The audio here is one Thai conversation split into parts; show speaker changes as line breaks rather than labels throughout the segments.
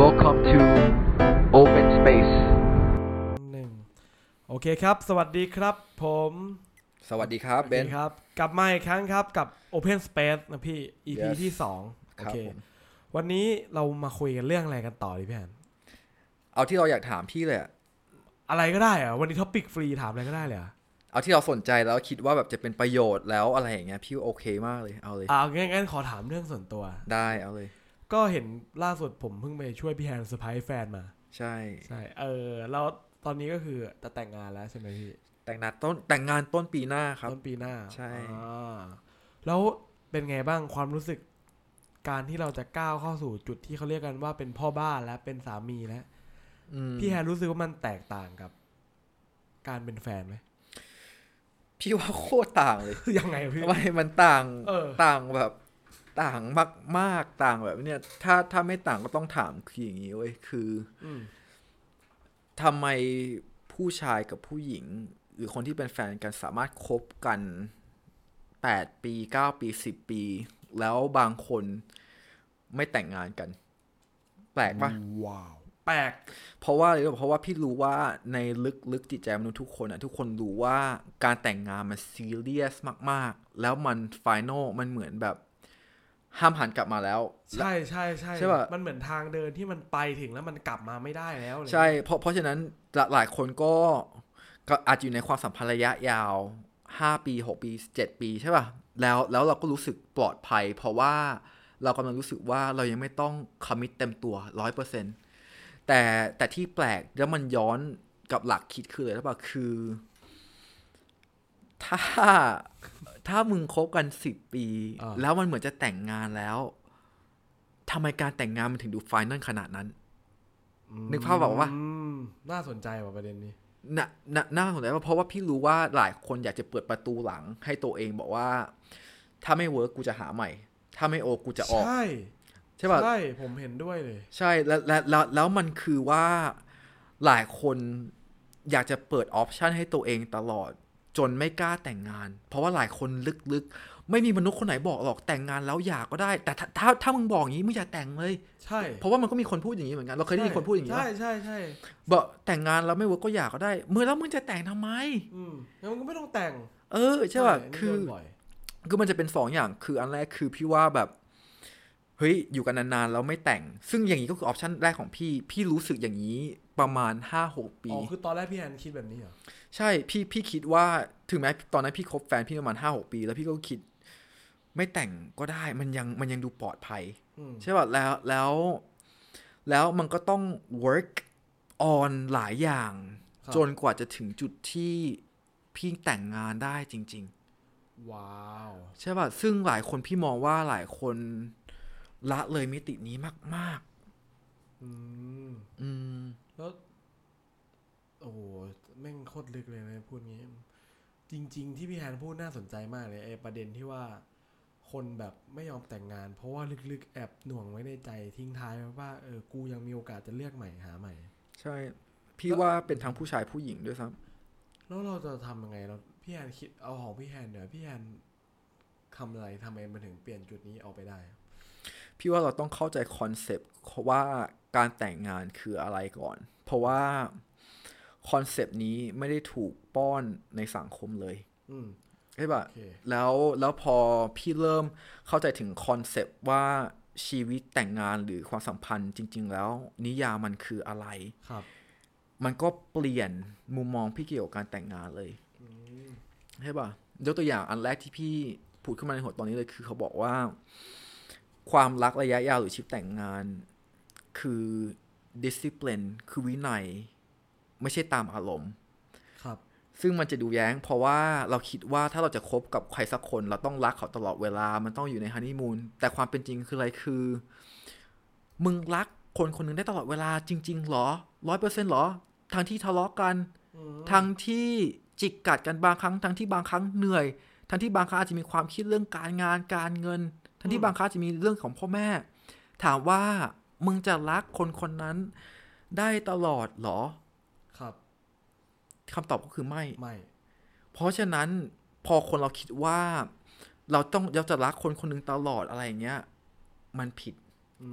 Welcome to Open Space.
หนึ่งโอเคครับ สวัสดีครับ ผม
สวัสดีครับเบน
สวัสดีครับ กลับมาอีกครั้งครับกับ Open Space นะพี่ EP
Yes
ที่สองโอ
ครับ
เค
ผม
วันนี้เรามาคุยกันเรื่องอะไรกันต่อดีพี่แอน
เอาที่เราอยากถามพี่เลยอะ
อะไรก็ได้อะวันนี้ท็อปิกฟรีถามอะไรก็ได้เลยเหรอ
เอาที่เราสนใจแล้วคิดว่าแบบจะเป็นประโยชน์แล้วอะไรอย่างเงี้ยพี่โอเคมากเลยเอาเลย
อ่ะงั้นงั้นขอถามเรื่องส่วนตัว
ได้เอาเลย
ก็เห็นล่าสุดผมเพิ่งไปช่วยพี่แอนเซอร์ไพรส์แฟนมา
ใช่
ใช่เออแล้วตอนนี้ก็คือจะแต่งงานแล้วใช่ไหมพี่
แต่งนัดต้นแต่งงานต้นปีหน้าครับ
ต้นปีหน้า
ใช่
อ่าแล้วเป็นไงบ้างความรู้สึก การที่เราจะก้าวเข้าสู่จุดที่เขาเรียกกันว่าเป็นพ่อบ้านและเป็นสามีแล้ว
อืม
พี่แฮนรู้สึกว่ามันแตกต่างกับ การเป็นแฟนไหม
พี่ว่าโคตรต่างเลย
ยังไงอะพี่
ทำไมมันต่าง
เออ
ต่างแบบต่างมากมากๆต่างแบบเนี่ยถ้าถ้าไม่ต่างก็ต้องถามคืออย่างนี้เว้ยคือ
อืม
ทำไมผู้ชายกับผู้หญิง หรือคนที่เป็นแฟนกันสามารถคบกันแปดปีเก้าปีสิบปี แล้วบางคนไม่แต่งงานกัน แปลกปะ
ว้าว แปลก
เพราะว่าอะไรรู้ปะเพราะว่าพี่รู้ว่าในลึกลึกจิตใจมนุษย์ทุกคนอะทุกคนรู้ว่าการแต่งงานมันซีเรียสมาก ๆ แล้วมันฟิแนลมันเหมือนแบบ ห้ามหันกลับมาแล้ว
ใช่ใช่ใช่
ใช่ปะ
มันเหมือนทางเดินที่มันไปถึงแล้วมันกลับมาไม่ได้แล้วอะไร
ใช่เพราะเพราะฉะนั้นหลายหลายคนก็ก็อาจจะอยู่ในความสัมพันธ์ระยะยาว 5 ปี 6 ปี 7 ปีใช่ป่ะแล้วแล้วเราก็รู้สึกปลอดภัย เพราะว่าเรากำลังรู้สึกว่าเรายังไม่ต้องคอมมิตเต็มตัว 100%แต่แต่ที่แปลกแล้วมันย้อนกับหลักคิดคืออะไรรู้ป่ะคือ ถ้าถ้ามึงคบกัน 10 ปี
า
แล้วมันเหมือนจะแต่งงานแล้วทำไมการแต่งงานมันถึงดูไฟนั่นขนาดนั้น
ม
นึกภาพบอกว่า
มน่าสนใจว่ะประเด็นนี้
น่าน่าน่าสนใจว่าเพราะว่าพี่รู้ว่าหลายคนอยากจะเปิดประตูหลังให้ตัวเองบอกว่า ถ้าไม่เวิร์กกูจะหาใหม่ ถ้าไม่โอกูจะออก
ใช่
ใช่ป่ะ
ใช่ผมเห็นด้วยเลย
ใช่แล้วและแล้วแล้วมันคือว่าหลายคนอยากจะเปิดออปชันให้ตัวเองตลอด จนไม่กล้าแต่งงาน เพราะว่าหลายคนลึกๆ ไม่มีมนุษย์คนไหนบอกหรอกแต่งงานแล้วอยากก็ได้ แต่ถ้าถ้าถ้ามึงบอกอย่างนี้มึงอย่าแต่งเลย
ใช่
เพราะว่ามันก็มีคนพูดอย่างนี้เหมือนกันเราเคยได้ยินคนพูดอย่างนี้
ใช่
ปะ
ใช่ใช่
บอกแต่งงานแล้วไม่เวิร์กก็อยากก็ได้เมื่อแล้วมึงจะแต่งทำไม
อืมงั้นมันก็ไม่ต้องแต่ง
เออใช่ป่ะ
นนี้
คือ
โดนบ่ย
คือมันจะเป็นสองอย่างคืออันแรกคือพี่ว่าแบบเฮ้ยอยู่กันนานๆแล้วไม่แต่ง ซึ่งอย่างนี้ก็คือออปชันแรกของพี่ พี่รู้สึกอย่างนี้ประมาณห้าหกปี
อ๋อคือตอนแรกพี่แอนคิดแบบนี้เหรอ
ใช่พี่พี่คิดว่าถึงแม้ตอนนั้นพี่คบแฟนพี่ประมาณห้าหกปี แล้วพี่ก็คิด ไม่แต่งก็ได้มันยังมันยังดูปลอดภัย
อืม
ใช่ป่ะแล้วแล้ว แล้วมันก็ต้อง work on หลายอย่าง จนกว่าจะถึงจุดที่พี่แต่งงานได้จริง ๆ
ว้าว
ใช่ป่ะ ซึ่งหลายคนพี่มองว่าหลายคนละเลยมิตินี้มาก
อืม
ๆ อืม
แล้ว โอ้โหแม่งโคตรลึกเลยนะพูดงี้ จริง ๆ ที่พี่แฮนพูดน่าสนใจมากเลยไอ้ประเด็นที่ว่า คนแบบไม่ยอมแต่งงาน เพราะว่าลึกๆ แอบหน่วงไว้ในใจทิ้งท้ายไว้ว่าเออกูยังมีโอกาสจะเลือกใหม่หาใหม่
ใช่ พี่ว่าเป็นทั้งผู้ชายผู้หญิงด้วยซ้
แล้วเราจะทำยังไงเราพี่แฮนคิดเอาของพี่แฮนเดี๋ยวพี่แฮนทำอะไรทำไมมันถึงเปลี่ยนจุดนี้ออกไปได้
ำพี่ว่าเราต้องเข้าใจคอนเซปต์ว่าการแต่งงานคืออะไรก่อน เพราะว่าคอนเซปต์นี้ไม่ได้ถูกป้อนในสังคมเลย
อืม
ใช่ป่ะ
โอเค
แล้วแล้วพอพี่เริ่มเข้าใจถึงคอนเซปต์ว่าชีวิตแต่งงานหรือความสัมพันธ์จริง ๆ แล้ว นิยามมันคืออะไร
ครับ
มันก็เปลี่ยนมุมมองพี่เกี่ยวกับการแต่งงานเลยใช่ป่ะยกตัวอย่างอันแรกที่พี่พูดขึ้นมาในหัวตอนนี้เลยคือเขาบอกว่า ความรักระยะยาวหรือชีวิตแต่งงาน คือ discipline คือวินัย ไม่ใช่ตามอารมณ์
ครับ
ซึ่งมันจะดูแย้ง เพราะว่าเราคิดว่าถ้าเราจะคบกับใครสักคน เราต้องรักเขาตลอดเวลา มันต้องอยู่ในฮันนีมูนแต่ความเป็นจริงคืออะไรคือ มึงรักคนคนหนึงได้ตลอดเวลาจริง ๆ หรอร้อยเปอร์เซ็นต์หรอ ทั้งที่ทะเลาะกัน
อืม
ทั้งที่จิกกัดกันบางครั้ง ทั้งที่บางครั้งเหนื่อย ทั้งที่บางครั้งอาจจะมีความคิดเรื่องการงานการเงิน ทั้ง
อื
ที่
ม
บางครั้งอาจจะมีเรื่องของพ่อแม่ ถามว่ามึงจะรักคนคนนั้นได้ตลอดหรอ
ครับ
คำตอบก็คือไม่
ไม่
เพราะฉะนั้นพอคนเราคิดว่า เราต้องเราจะรักคนคนหนึ่งตลอดอะไรอย่างเงี้ย มันผิด
อื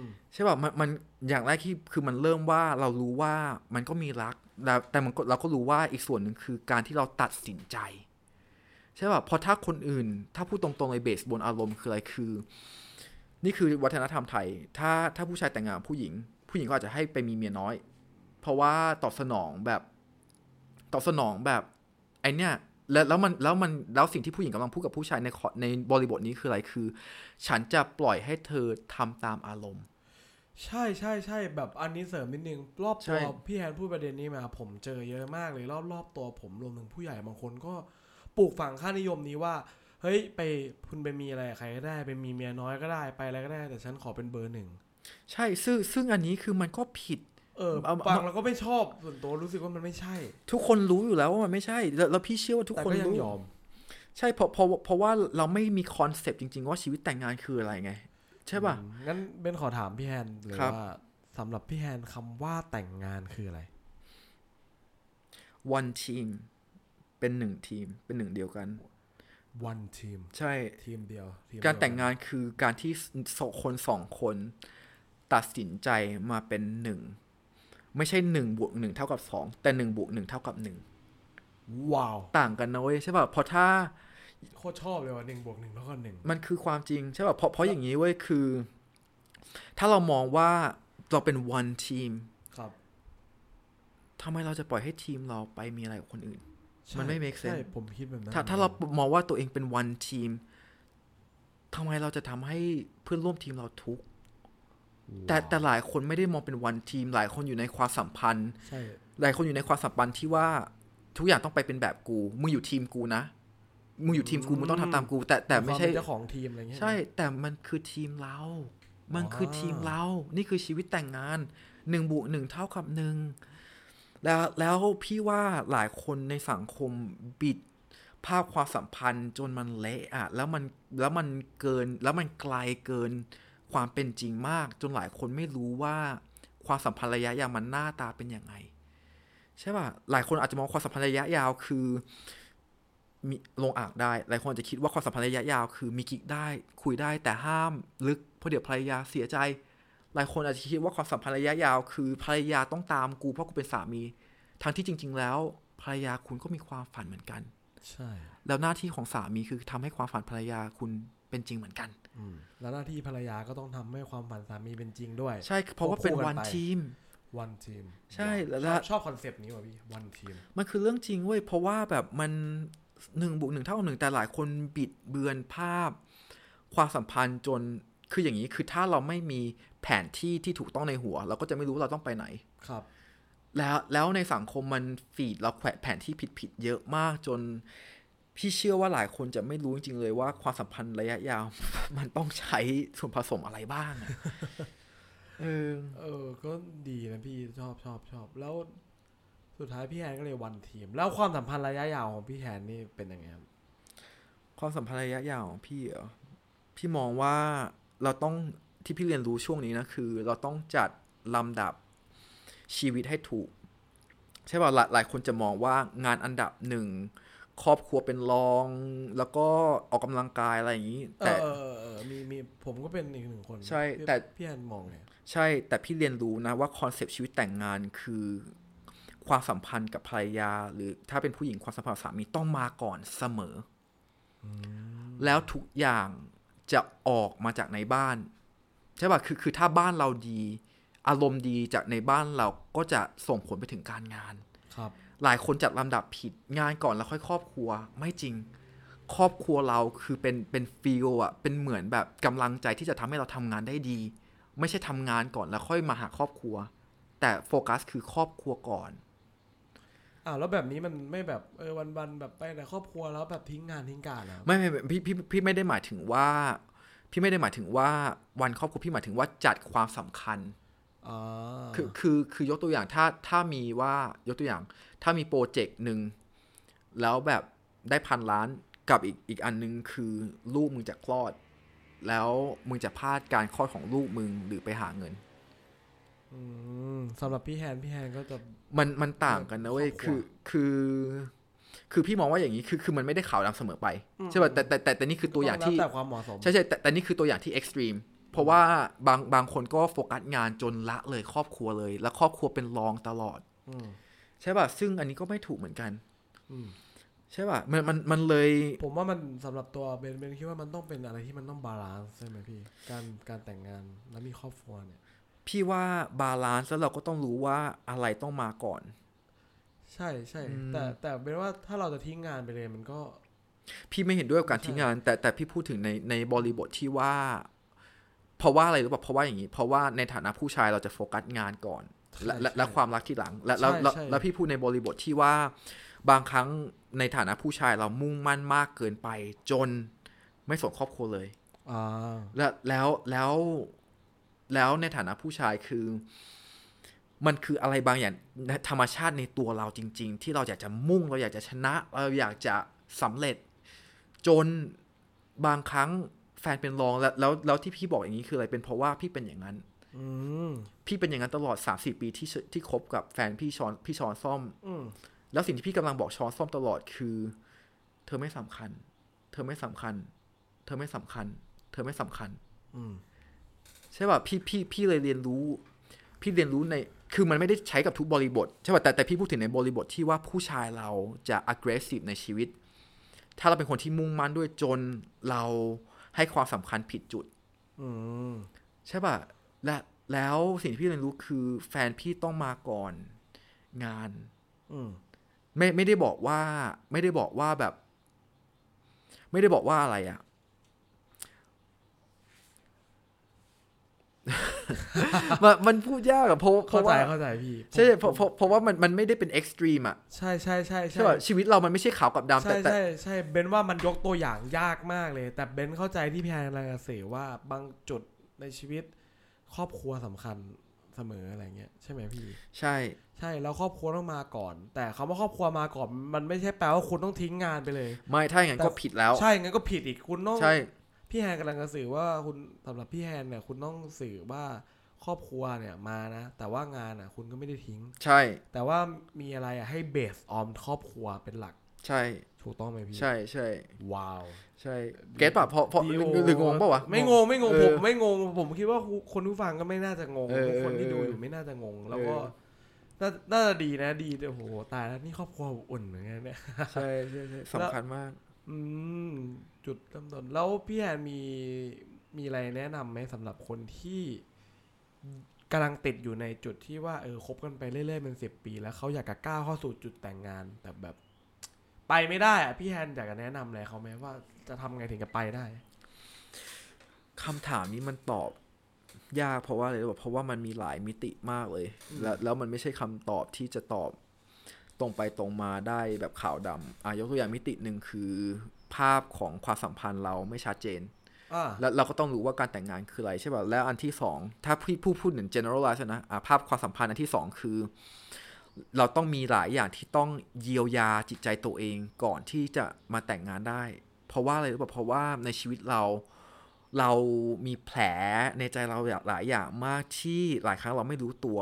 ม
ใช่ป่ะมันมันอย่างแรกที่คือมันเริ่มว่าเรารู้ว่ามันก็มีรักแต่แต่มันก็เราก็รู้ว่าอีกส่วนหนึ่งคือการที่เราตัดสินใจ ใช่ป่ะเพราะถ้าคนอื่น ถ้าพูดตรงๆเลยเบสบนอารมณ์คืออะไรคือ นี่คือวัฒนธรรมไทย ถ้าถ้าผู้ชายแต่งงานกับผู้หญิง ผู้หญิงก็อาจจะให้ไปมีเมียน้อย เพราะว่าตอบสนองแบบตอบสนองแบบไอเนี้ยแล้วแล้วมันแล้วมันแล้วสิ่งที่ผู้หญิงกำลังพูดกับผู้ชายในขอในบริบทนี้คืออะไรคือ ฉันจะปล่อยให้เธอทำตามอารมณ์
ใช่ใช่ใช่แบบอันนี้เสริมนิดนึง รอบ
ใช่
ตัวพี่แฮนพูดประเด็นนี้มา ผมเจอเยอะมากเลยรอบรอบตัวผมรวมถึงผู้ใหญ่บางคนก็ปลูกฝังค่านิยมนี้ว่า เฮ้ยไปคุณไปมีอะไรกับใครก็ได้ไปมีเมียน้อยก็ได้ไปอะไรก็ได้ แต่ฉันขอเป็นเบอร์หนึ่ง
ใช่ซึ่งซึ่งอันนี้คือมันก็ผิด
เออ
เอาเอา
ฟังแล้วก็ไม่ชอบส่วนตัวรู้สึกว่ามันไม่ใช่
ทุกคนรู้อยู่แล้วว่ามันไม่ใช่แล้วแล้วพี่เชื่อว่าทุก
แต่
คน
ก็ยั
รู้
ยอม
ใช่เพราะเพราะเพราะว่าเราไม่มีคอนเซปต์จริง ๆ ว่าชีวิตแต่งงานคืออะไรไง ใช่ป่ะ
อืมงั้นเบนขอถามพี่แฮนเลย
ครับ
ว่าสำหรับพี่แฮนคำว่าแต่งงานคืออะไร
one team เป็นหนึ่งทีมเป็นหนึ่งเดียวกัน
one team
ใช่
ทีมเดียวทีม
การแต่ง
เดียว
งานคือการที่สองคนสองคนตัดสินใจมาเป็นหนึ่งไม่ใช่หนึ่งบวกหนึ่งเท่ากับสองแต่หนึ่งบวกหนึ่งเท่ากับหนึ่ง
นว้าว
ต่างกันนะเว้ยใช่ป่ะเพราะถ้า
โคตรชอบเลยว่ะหนึ่งบวกหนึ่งเท่ากับหนึ่ง
มันคือความจริงใช่ป่ะเพราะเพราะอย่างนี้เว้ยคือ ถ้าเรามองว่าเราเป็น one team
ครับ
ทำไมเราจะปล่อยให้ทีมเราไปมีอะไรกับคนอื่น มันไม่ make
ใช่
sense
ผมคิดแบบนั้น
ถ้าถ้าเรามองว่าตัวเองเป็น one team ทำไมเราจะทำให้เพื่อนร่วมทีมเราทุกข์แต่แต่หลายคนไม่ได้มองเป็น one team หลายคนอยู่ในความสัมพันธ์
ใช่
หลายคนอยู่ในความสัมพันธ์ที่ว่าทุกอย่างต้องไปเป็นแบบกูมึงอยู่ทีมกูนะมึงอยู่ทีมกูมึงต้องทำตามกู แต่แต่ไม่
ควา
ใช่
เป็นเจ้าของทีมอะไรเงี้ย
ใช่แต่มันคือทีมเรา มันคือทีมเรา นี่คือชีวิตแต่งงานหนึ่งบวกหนึ่งเท่ากับหนึ่งแล้วแล้วพี่ว่าหลายคนในสังคมบิดภาพความสัมพันธ์จนมันเละอะแล้วมันแล้วมันเกินแล้วมันไกลเกินความเป็นจริงมาก จนหลายคนไม่รู้ว่าความสัมพันธ์ระยะยาวมันหน้าตาเป็นยังไง ใช่ป่ะหลายคนอาจจะมองความสัมพันธ์ระยะยาวคือ มีลงอ่างได้ หลายคนอาจจะคิดว่าความสัมพันธ์ระยะยาวคือมีกิ๊กได้ คุยได้แต่ห้ามลึกเพราะเดี๋ยวภรรยาเสียใจ หลายคนอาจจะคิดว่าความสัมพันธ์ระยะยาวคือภรรยาต้องตามกูเพราะกูเป็นสามีทั้งที่จริง ๆ แล้วภรรยาคุณก็มีความฝันเหมือนกัน
ใช่
แล้วหน้าที่ของสามีคือทำให้ความฝันภรรยาคุณเป็นจริงเหมือนกัน
อืมแล้วหน้าที่ภรรยาก็ต้องทำให้ความฝันสามีเป็นจริงด้วย
ใช่เพราะว่าเป็นวันทีม
one team
ใช่แล้ว
ชอบชอบคอนเซปต์นี้ว่ะพี่ one team
มันคือเรื่องจริงเว้ย เพราะว่าแบบมันหนึ่งบวกหนึ่งเท่ากับหนึ่งแต่หลายคนบิดเบือนภาพ ความสัมพันธ์จนคืออย่างนี้คือถ้าเราไม่มีแผนที่ที่ถูกต้องในหัว เราก็จะไม่รู้เราต้องไปไหน
ครับ
แล้วแล้วในสังคมมันฟีดเราแขวะแผนที่ผิดๆเยอะมากจน พี่เชื่อว่าหลายคนจะไม่รู้จริงๆเลยว่าความสัมพันธ์ระยะยาว มันต้องใช้ส่วนผสมอะไรบ้างอะ เออ
เออ ก็ดีนะพี่ชอบชอบชอบแล้วสุดท้ายพี่แอนก็เลยวันทีม แล้วความสัมพันธ์ระยะยาวของพี่แอนนี่เป็นยังไงครับ
ความสัมพันธ์ระยะยาวของพี่เหรอพี่มองว่าเราต้องที่พี่เรียนรู้ช่วงนี้นะคือ เราต้องจัดลำดับชีวิตให้ถูก ใช่ป่ะหลายหลายคนจะมองว่างานอันดับหนึ่งครอบครัวเป็นรอง แล้วก็ออกกำลังกายอะไรอย่างนี้
เอ
แต่
อเออเออเออมีมีผมก็เป็นอีกหนึ่งคน
ใช่
พี่
แต่
พี่แอนมองเนี่ย
ใช่แต่พี่เรียนรู้นะว่าคอนเซปต์ชีวิตแต่งงานคือ ความสัมพันธ์กับภรรยา หรือถ้าเป็นผู้หญิงความสัมพันธ์กับสามีต้องมาก่อนเสมออแล้วทุกอย่างจะออกมาจากในบ้าน ใช่ป่ะคือคือถ้าบ้านเราดี อารมณ์ดีจากในบ้านเราก็จะส่งผลไปถึงการงาน
ครับ
หลายคนจัดลำดับผิดงานก่อนแล้วค่อยครอบครัว ไม่จริง ครอบครัวเราคือเป็นเป็นฟีลอะเป็นเหมือนแบบกำลังใจที่จะทำให้เราทำงานได้ดี ไม่ใช่ทำงานก่อนแล้วค่อยมาหาครอบครัว แต่โฟกัสคือครอบครัวก่อน
อ้าวแล้วแบบนี้มันไม่แบบเออวันวันๆแบบไปแต่ครอบครัวแล้วแบบทิ้งงานทิ้งการนะ
ไม่ไม่ไม่พี่พี่พี่ไม่ได้หมายถึงว่า พี่ไม่ได้หมายถึงว่าวันครอบครัวพี่หมายถึงว่าจัดความสำคัญ
อ่า
คือคือคือยกตัวอย่างถ้าถ้ามีว่ายกตัวอย่าง ถ้ามีโปรเจกต์หนึ่งแล้วแบบได้พันล้านกับอีกอีกอันหนึงคือลูกมึงจะคลอด แล้วมึงจะพลาดการคลอดของลูกมึงหรือไปหาเงิน
มสำหรับพี่แฮนพี่แฮนก็จะ
มันมันต่างกันนะเว้ย
ครอบครัว
คือคือ คือพี่มองว่าอย่างนี้คือคือมันไม่ได้ขาวดำเสมอไปใช่ป่ะแต่แต่แต่แต่นี่คือตัวอย่างที่
แล้แต่ความเหมาะสม
ใช่ใช่แต่แต่นี่คือตัวอย่างที่เอ็กซ์ตรีม เพราะว่าบางบางคนก็โฟกัสงานจนละเลยครอบครัวเลย แล้วครอบครัวเป็นรองตลอด
อืม
ใช่ป่ะ ซึ่งอันนี้ก็ไม่ถูกเหมือนกัน
อืม
ใช่ป่ะมันมันมันเลย
ผมว่ามันสำหรับตัวเบนเบนคิดว่ามันต้องเป็นอะไรที่มันต้องบาลานซ์ใช่ไหมพี่ การการแต่งงานและมีครอบครัวเนี่ย
พี่ว่าบาลานซ์แล้วเราก็ต้องรู้ว่าอะไรต้องมาก่อน
ใช่ใช่
อืม
แต่แต่เป็นว่าถ้าเราจะทิ้งงานไปเลยมันก็
พี่ไม่เห็นด้วยกับการ
ใช่
ทิ้งงาน แต่แต่พี่พูดถึงในในบริบทที่ว่า เพราะว่าอะไรรู้ป่ะเพราะว่าอย่างนี้ เพราะว่าในฐานะผู้ชายเราจะโฟกัสงานก่อน และและ
ใช่
และความรักที่หลัง และแล้ว
ใช่
แล้ว
ใช่
แล้วพี่พูดในบริบทที่ว่าบางครั้งในฐานะผู้ชายเรามุ่งมั่นมากเกินไป จนไม่สนครอบครัวเลย
อ่า
และแล้วแล้วแล้วในฐานะผู้ชายคือ มันคืออะไรบางอย่างธรรมชาติในตัวเราจริง ๆ ที่เราอยากจะมุ่ง เราอยากจะชนะ เราอยากจะสำเร็จ จนบางครั้งแฟนเป็นรองแล้วแล้วแล้วที่พี่บอกอย่างนี้คืออะไรเป็นเพราะว่าพี่เป็นอย่างนั้น
อืม
พี่เป็นอย่างนั้นตลอด3าสี่ปีที่ชที่คบกับแฟนพี่ชอนพี่ชอนซ่อม
อืม
แล้วสิ่งที่พี่กำลังบอกชอนซ่อมตลอดคือ เธอไม่สำคัญ เธอไม่สำคัญ เธอไม่สำคัญ เธอไม่สำคัญ
อืม
ใช่ป่ะพี่พี่พี่เลยเรียนรู้ พี่เรียนรู้ในคือมันไม่ได้ใช้กับทุกบริบทใช่ป่ะแต่แต่พี่พูดถึงในบริบทที่ว่าผู้ชายเราจะ aggressive ในชีวิต ถ้าเราเป็นคนที่มุ่งมั่นด้วยจนเราให้ความสำคัญผิดจุด
อืม
ใช่ป่ะและแล้วสิ่งที่พี่เรียนรู้คือแฟนพี่ต้องมาก่อนงาน
อืม
ไม่ไม่ได้บอกว่า ไม่ได้บอกว่าแบบ ไม่ได้บอกว่าอะไรอะ มันมันพูดยากอะเพราะเพ
เข้า
ราะ
ใจ
ว่า
เข้าใจพี่
ใช่เพราะเพราะเพราะว่ามันมันไม่ได้เป็นเอ็กซ์ตรีมอะ
ใช่ใช่ใช่
ใช่ป่ะชีวิตเรามันไม่ใช่ขาวกับดำแต่
ใช่
แต่
ใช่ใช่เบนว่ามันยกตัวอย่างยากมากเลย แต่เบนเข้าใจที่พี่แอนกำลังจะสื่อว่าบางจุดในชีวิต ครอบครัวสำคัญเสมออะไรเงี้ยใช่ไหมพี่
ใช่
ใช่แล้วครอบครัวต้องมาก่อน แต่คำว่าครอบครัวมาก่อน มันไม่ใช่แปลว่าคุณต้องทิ้งงานไปเลย
ไม่ถ้าอย่างนั้น
แต่
ก็ผิดแล้ว
ใช่งั้นก็ผิดอีกคุณต้อง
ใช่
พี่แฮนกำลังจะสื่อว่าคุณสำหรับพี่แฮนเนี่ยคุณต้องสื่อว่าครอบครัวเนี่ยมานะ แต่ว่างานอ่ะ คุณก็ไม่ได้ทิ้ง
ใช่
แต่ว่ามีอะไรอ่ะให้เบสออมครอบครัวเป็นหลัก
ใช่
ถูกต้องไหมพี่
ใช่ใช่
ว้าว
ใช่เก็ตป่ะเพราะเพราะห
ดี
รือ
โ
หรืองงป่ะวะ
ไม่งงไม่งง
เออ
ผมไม่งงผมคิดว่าคนผู้ฟังก็ไม่น่าจะงง
เออ
ทุกคนที่
เออ
ดูอยู่ไม่น่าจะงง แล้วก็
เออ
น่าน่าจะดีนะดีแต่โอ้โหตายแล้วนี่ครอบครัวอบอุ่นเหมือนกันเนี่ย
ใช่ใช่ใช่สำคัญมาก
อืมจุดเริ่มต้นแล้วพี่แอนมีมีอะไรแนะนำไหมสำหรับคนที่กำลังติดอยู่ในจุดที่ว่าเออคบกันไปเรื่อยๆเป็นสิบปี แล้วเขาอยากจะก้าวเข้าสู่จุดแต่งงาน แต่แบบ ไปไม่ได้อะพี่แอนอยากจะแนะนำอะไรเขาไหมว่าจะทำไงถึงจะไปได้
คำถามนี้มันตอบยากเพราะว่าอะไรรู้ป่ะเพราะว่ามันมีหลายมิติมากเลย แล้วแล้วมันไม่ใช่คำตอบที่จะตอบตรงไปตรงมาได้แบบขาวดำอ่ะยกตัวอย่างมิติหนึ่งคือ ภาพของความสัมพันธ์เราไม่ชัดเจน
อ่า
แล้วเราก็ต้องรู้ว่าการแต่งงานคืออะไรใช่ป่ะแล้วอันที่สองถ้าพี่ผู้พูดถึง generalize นะอ่ะภาพความสัมพันธ์อันที่สองคือ เราต้องมีหลายอย่างที่ต้องเยียวยาจิตใจตัวเองก่อนที่จะมาแต่งงานได้ เพราะว่าอะไรรู้ป่ะเพราะว่าในชีวิตเราเรามีแผลในใจเราหลายอย่างมากที่หลายครั้งเราไม่รู้ตัว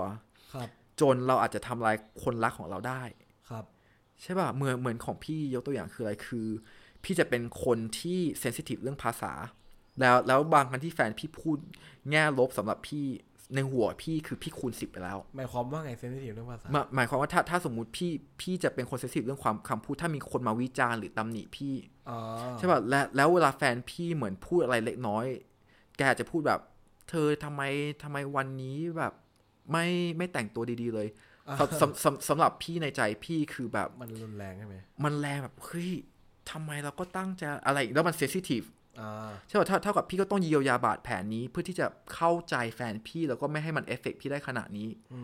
ครับ
จนเราอาจจะทำลายคนรักของเราได้
ครับ
ใช่ป่ะเหมือนเหมือนของพี่ยกตัวอย่างคืออะไรคือ พี่จะเป็นคนที่เซนซิทีฟเรื่องภาษา แล้วแล้วบางครั้งที่แฟนพี่พูดแง่ลบสำหรับพี่ในหัวพี่คือพี่คูณสิบไปแล้ว
หมายความว่าไงเซนซิทีฟเรื่องภาษา
หมายหมายความว่าถ้าถ้าสมมุติพี่พี่จะเป็นคนเซนซิทีฟเรื่องความคำพูดถ้ามีคนมาวิจารณ์หรือตำหนิพี่
อ๋อ
ใช่ป่ะและแล้วเวลาแฟนพี่เหมือนพูดอะไรเล็กน้อย แกอาจจะพูดแบบ เธอทำไมทำไมวันนี้แบบไม่ไม่แต่งตัวดีๆเลยสำสำสำสำหรับพี่ในใจพี่คือแบบ
มันรุนแรงใช่ไหม
มันแรงแบบเฮ้ยทำไมเราก็ตั้งใจอะไรอีกแล้วมันเซสซิทีฟ
อ่า
ใช่ป่ะเท่าเท่ากับพี่ก็ต้องเยียวยาบาดแผลนี้เพื่อที่จะเข้าใจแฟนพี่แล้วก็ไม่ให้มันเอฟเฟกต์พี่ได้ขนาดนี้
อื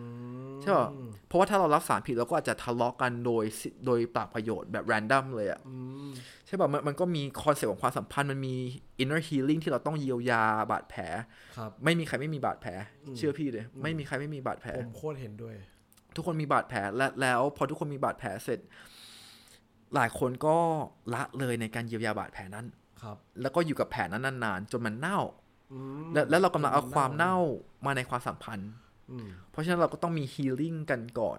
ม
ใช่ป่ะเพราะว่าถ้าเรารับสารผิดเราก็อาจจะทะเลาะกันโดยสิโดยปรากประโยชน์แบบแรนดัมเลยอะ
อืม
ใช่ป่ะมันมันก็มีคอนเซปต์ของความสัมพันธ์มันมีอินเนอร์ฮีลิ่งที่เราต้องเยียวยาบาดแผล
ครับ
ไม่มีใครไม่มีบาดแผล เชื่อพี่เลย
อืม
ไม่มีใครไม่มีบาดแผล
ผมโคตรเห็นด้วย
ทุกคนมีบาดแผลและแล้วพอทุกคนมีบาดแผลเสร็จ หลายคนก็ละเลยในการเยียวยาบาดแผลนั้น
ครับ
แล้วก็อยู่กับแผลนั้นนานๆ จนมันเน่า
อืม
และแล้วเรากำลังเอาความเน่ามาในความสัมพันธ์
อืม
เพราะฉะนั้นเราก็ต้องมีฮีลิ่งกันก่อน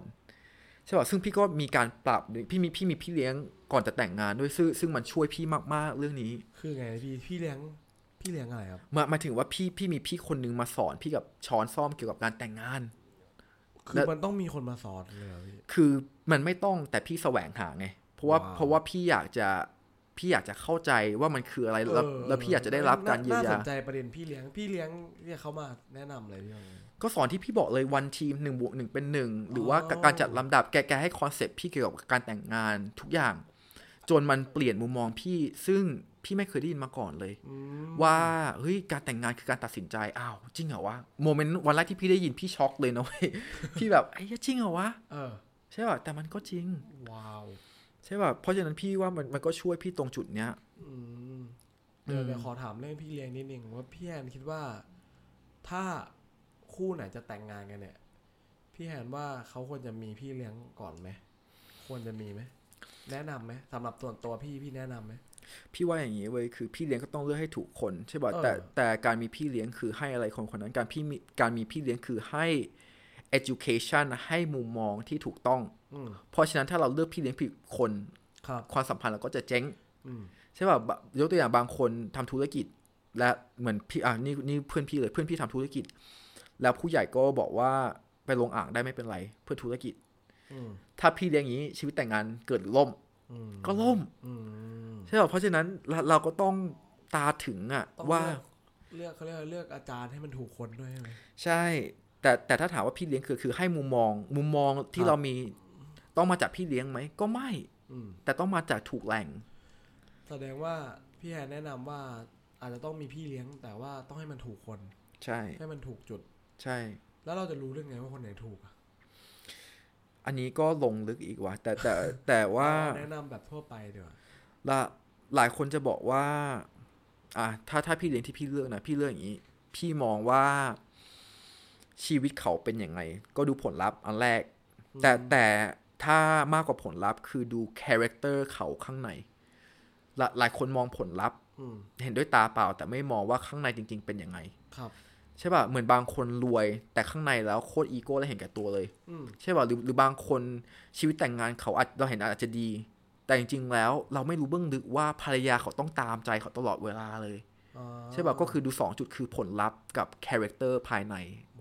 ใช่ป่ะซึ่งพี่ก็มีการปรับพี่มีพี่มีพี่เลี้ยงก่อนจะแต่งงานด้วยซึ่งซึ่งมันช่วยพี่มากๆเรื่องนี้
คือไงพี่พี่เลี้ยง พี่เลี้ยงอะไรครับ
หมายหมายถึงว่าพี่พี่มีพี่คนนึงมาสอนพี่กับช้อนซ่อมเกี่ยวกับการแต่งงาน
คือ
แล้ว
มันต้องมีคนมาสอนเลยเหรอพี่
คือมันไม่ต้องแต่พี่แสวงหาไง เพราะว่า
ว้าว
เพราะว่าพี่อยากจะพี่อยากจะเข้าใจว่ามันคืออะไรแล้ว
เออ
แล้วพี่อยากจะได้รับการเยียวยา
น่าสนใจประเด็นพี่เลี้ยง พี่เลี้ยงเรียกเขามาแนะนำเลยพี่ว่าไง
ก็สอนที่พี่บอกเลยวันทีมหนึ่งบวกหนึ่งเป็นหนึ่งหรือว่า
อ๋อ
การจัดลำดับแกแกให้คอนเซปต์พี่เกี่ยวกับการแต่งงานทุกอย่าง จนมันเปลี่ยนมุมมองพี่ซึ่งพี่ไม่เคยได้ยินมาก่อนเลย
อืม
ว่าเฮ้ยการแต่งงานคือการตัดสินใจอ้าวจริงเหรอวะโมเมนต์วันแรกที่พี่ได้ยินพี่ช็อกเลยนะเว้ย พี่แบบไอ้เหี้ยจริงเหรอวะ
เออ
ใช่ป่ะแต่มันก็จริง
ว้าว
ใช่ป่ะเพราะฉะนั้นพี่ว่ามันมันก็ช่วยพี่ตรงจุดเนี้ย
อืมเดี๋ยวเดี๋ยวขอถามเรื่องพี่เลี้ยงนิดนึงว่าพี่แอนคิดว่า ถ้าคู่ไหนจะแต่งงานกันเนี่ย พี่แอนว่าเขาควรจะมีพี่เลี้ยงก่อนไหมควรจะมีไหมแนะนำไหมสำหรับส่วนตัวพี่พี่แนะนำไหม
พี่ว่าอย่างนี้เว้ยคือพี่เลี้ยงก็ต้องเลือกให้ถูกคนใช่ป่ะ
เออ
แต่แต่การมีพี่เลี้ยงคือให้อะไรคนคนนั้นการพี่มีการมีพี่เลี้ยงคือให้ education ให้มุมมองที่ถูกต้อง
อืม
เพราะฉะนั้นถ้าเราเลือกพี่เลี้ยงผิดคน
ครับ
ความสัมพันธ์เราก็จะเจ๊ง
อืม
ใช่ป่ะบะยกตัวอย่างบางคนทำธุรกิจ และเหมือนพี่อ่ะนี่นี่เพื่อนพี่เลยเพื่อนพี่ทำธุรกิจ แล้วผู้ใหญ่ก็บอกว่าไปลงอ่างได้ไม่เป็นไรเพื่อธุรกิจ
อืม
ถ้าพี่เลี้ยงอย่างนี้ชีวิตแต่งงานเกิดล่ม
อืม
ก็ล่ม
อืม
ใช่ป่ะเพราะฉะนั้นเราเราก็ต้องตาถึงอะ
ต้อง
ว่า
เลือกเลือกเขาเรียกว่าเลือกอาจารย์ให้มันถูกคนด้วยใช่ไหม
ใช่ แต่แต่ถ้าถามว่าพี่เลี้ยงคือคือให้มุมมอง มุมมอง
ค
ที่
รับ
เรามีต้องมาจากพี่เลี้ยงไหมก็ไม่
อืม
แต่ต้องมาจากถูกแหล่ง
แสดงว่าพี่แอนแนะนำว่าอาจจะต้องมีพี่เลี้ยง แต่ว่าต้องให้มันถูกคน
ใช่
ให้มันถูกจุด
ใช่
แล้วเราจะรู้เรื่องไงว่าคนไหนถูกอะ
อันนี้ก็ลงลึกอีกว่ะแต่แต่แต่ ว่า
แนะนำแบบทั่วไปเดี๋ยวา
ละหลายคนจะบอกว่า อ่ะถ้าถ้าพี่เลี้ยงที่พี่เลือกนะพี่เลือกอย่างนี้ พี่มองว่าชีวิตเขาเป็นยังไง ก็ดูผลลัพธ์อันแรก แต่แต่ถ้ามากกว่าผลลัพธ์ คือดูคาแรคเตอร์เขาข้างในหลายหลายคนมองผลลัพธ์
อืม
เห็นด้วยตาเปล่า แต่ไม่มองว่าข้างในจริง ๆ เป็นยังไง
ครับ
ใช่ป่ะเหมือนบางคนรวย แต่ข้างในแล้วโคตรอีโก้และเห็นแก่ตัวเลย
อืม
ใช่ป่ะหรือหรือบางคนชีวิตแต่งงานเขาอาจเราเห็นอาจจะดี แต่จริง ๆ แล้วเราไม่รู้เบื้องลึกว่าภรรยาเขาต้องตามใจเขาตลอดเวลาเลย
อ่า
ใช่ป่ะก็คือดู 2 จุดคือผลลัพธ์กับคาแรคเตอร์ภายใน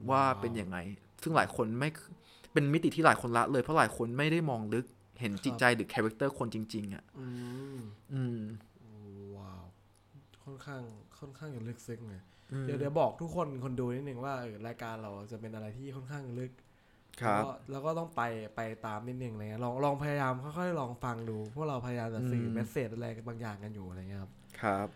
ว่า
ว้าว
เป็นยังไง ซึ่งหลายคนไม่เป็นมิติที่หลายคนละเลย เพราะหลายคนไม่ได้มองลึกเห็นจิตใจหรือคาแรคเตอร์คนจริง ๆอ่ะ
อืม
อืม
ว้าวค่อนข้างค่อนข้างจะลึกซึ้งเลย
อืม
เดี๋ยวเดี๋ยวบอกทุกคนคนดูนิดนึงว่าเออรายการเราจะเป็นอะไรที่ค่อนข้างลึก
ครับ
แล้วก็แล้วก็ต้องไปไปตามนิดนึงอะไรเงี้ยลองลองพยายามค่อยๆลองฟังดูพวกเราพยายามจะสื่ออ
ม
เมสเซจอะไรบางอย่างกันอยู่อะไรเงี้ยครับ
ครับ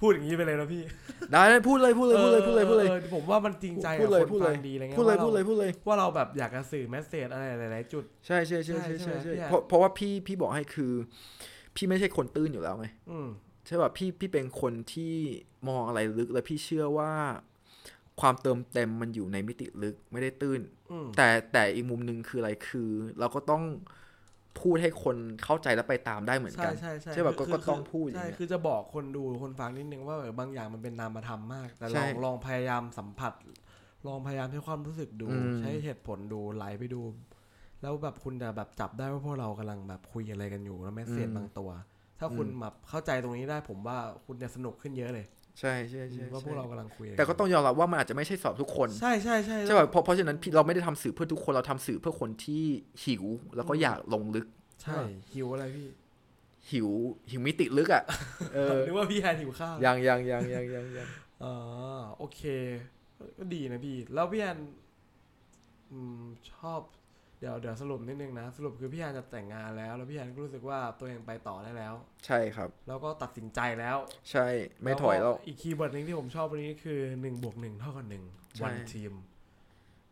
พูดอย่างนี้ไปเลยนะพี่
ได้ได้พูดเลยพูดเลยพูดเลยพูดเลยพูดเลย
ออออผมว่ามันจริงใจ
พูดเลย
กับคน
พูดเลย
ฟังดีอะไรเงี้ย
พูดเลย
ว่ารา
พูดเลยพูดเลย
ว่าเราแบบอยากจะสื่อแมสเซจอะไรหลายๆจุด
ใช่ใช่ใช่
ใช่
ใช่ใช่
ใช่
ใช่
พี่อ่ะ
เพราะเพราะว่าพี่พี่บอกให้คือ พี่ไม่ใช่คนตื้นอยู่แล้วไง
อืม
ใช่ป่ะพี่พี่เป็นคนที่มองอะไรลึกและพี่เชื่อว่า ความเติมเต็มมันอยู่ในมิติลึกไม่ได้ตื้น
อืม
แต่แต่อีกมุมหนึ่งคืออะไรคือ เราก็ต้องพูดให้คนเข้าใจและไปตามได้เหมือน
ใช่
กัน
ใช่ใช่
ใช่ป่ะก็
คือ
ก็
คื
ต้องพูดอย่าง
ใช่
เงี้ย
คือจะบอกคนดูคนฟังนิดนึงว่าเออบางอย่างมันเป็นนามธรรมมาก แต่ล
ใช่
องลองพยายามสัมผัส ลองพยายามใช้ความรู้สึกดู
อืม
ใช้เหตุผลดูไหลไปดู แล้วแบบคุณจะแบบจับได้ว่าพวกเรากำลังแบบคุยอะไรกันอยู่แล้วแมสเซจบางตัว ถ้าคุณแบบเข้าใจตรงนี้ได้ผมว่าคุณจะสนุกขึ้นเยอะเลย
ใช่ใช่ใช่
ว่าพ
ใช่
วกเรากำลังคุยะไร
แต่ก็ต้องยอมรับว่ามันอาจจะไม่ใช่สอบทุกคน
ใช่ใช่ใช่
ใช่ป่ะเพราะเพราะฉะนั้นพี่เราไม่ได้ทำสื่อเพื่อทุกคนเราทำสื่อเพื่อคนที่หิว แล้วก็อยากลงลึก
ใช่หิวอะไรพี่
หิวหิวมิติลึกอ่ะ เออ
หรือว่าพี่แอนหิวข้าว
ยังยังยังยังยังยัง
อ๋อโอเค ก็ดีนะพี่ แล้วพี่แอนอืมชอบ เดี๋ยวเดี๋ยวสรุปนิดนึงนะ สรุปคือพี่แอนจะแต่งงานแล้ว แล้วพี่แอนก็รู้สึกว่าตัวเองไปต่อได้แล้ว
ใช่ครับ
แล้วก็ตัดสินใจแล้ว
ใช่ไม่ถอยแล้ว
ก็อีกคีย์เวิร์ดหนึงที่ผมชอบวันนี้คือหนึ่งบวกหนึ่งเท่ากับหนึ่ง
ใช่
วันทีม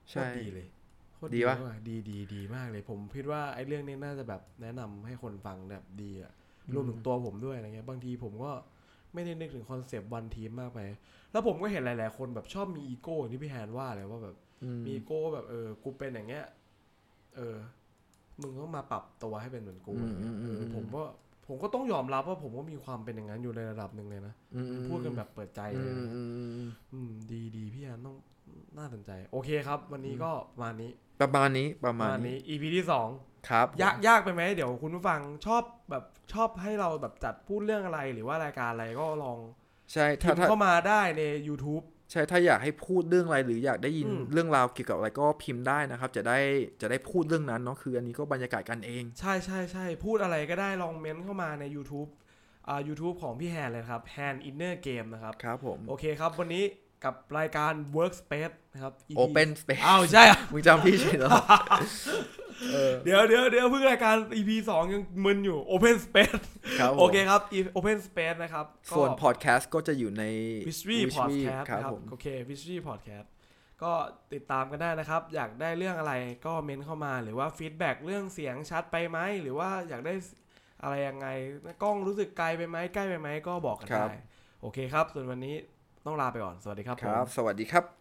โค
ใช่
ตรดีเลยโคตร
ดีปะ
มากดีดีดีมากเลย ผมคิดว่าไอ้เรื่องนี้น่าจะแบบแนะนำให้คนฟังแบบดีอะ รวมถึงตัวผมด้วยอะไรเงี้ยบางทีผมก็ไม่ได้นึกถึงคอนเซปต์วันทีมมากไป แล้วผมก็เห็นหลายๆ คนแบบชอบมีอีโก้อย่างที่พี่แฮนว่าเลยว่าแบบ
อืม
มีอีโก้ว่าแบบเออกูเป็นอย่างเงี้ยเออ มึงต้องมาปรับตัวให้เป็นเหมือนกู
อืมอืม
เอ
อืม
อผมก็ผมก็ต้องยอมรับว่าผมก็มีความเป็นอย่างนั้นอยู่ในระดับหนึ่งเลยนะ
อืมอืม
พูดกันแบบเปิดใจ
อื
เลย
มอืมอืม
อืมดีดีพี่แฮนต้องน่าสนใจ โอเคครับ วันนี้ก็ประมาณนี้
ประมาณนี้ประ
ประ
มาณ
มาณ
นี้
นี้ EP ที่สอง
ครับ
ยากยากไปไหมเดี๋ยวคุณผู้ฟังชอบแบบชอบให้เราแบบจัดพูดเรื่องอะไรหรือว่ารายการอะไรก็ลอง
ใช่
พิ
ถ้าม
พ์
ถ้า
เข้ามาได้ใน YouTube
ใช่ถ้าอยากให้พูดเรื่องอะไรหรืออยากได้ยิน
อืม
เรื่องราวเกี่ยวกับอะไรก็พิมพ์ได้นะครับ จะได้จะได้พูดเรื่องนั้นเนาะคืออันนี้ก็บรรยากาศกันเอง
ใช่ใช่ใช่พูดอะไรก็ได้ลองเม้นเข้ามาใน YouTube อ่า YouTube ของพี่แฮนเลยนะครับ Hand Inner Game นะครับ
ครับผม
โอเคครับ วันนี้กับรายการ Workspace นะครับ EP
Open Space
อ้าวใช่เหรอ
มึงจำพี่ใช่เหรอ เออ
เดี๋ยวเดี๋ยวเดี๋ยวเพิ่งรายการ EP 2 ยังมึนอยู่ Open Space
ครับผม
โอเคครับ E- Open Space นะครับก็
ส่วนพอดแคสต์ก็จะอยู่ใน
Mystery
Mystery
Podcast
ครับ
นะครับ
ผม
โอเค Mystery Podcast ก็ติดตามกันได้นะครับ อยากได้เรื่องอะไรก็เม้นเข้ามาหรือว่าฟีดแบ็กเรื่องเสียงชัดไปไหมหรือว่าอยากได้อะไรยังไงกล้องรู้สึกไกลไปไหมใกล้ไปไหมก็บอกกัน
ครั
ได้
บ
โอเคครับ ส่วนวันนี้ต้องลาไปก่อนสวัสดีครับ
ค
ผม
รับ สวัสดีครับ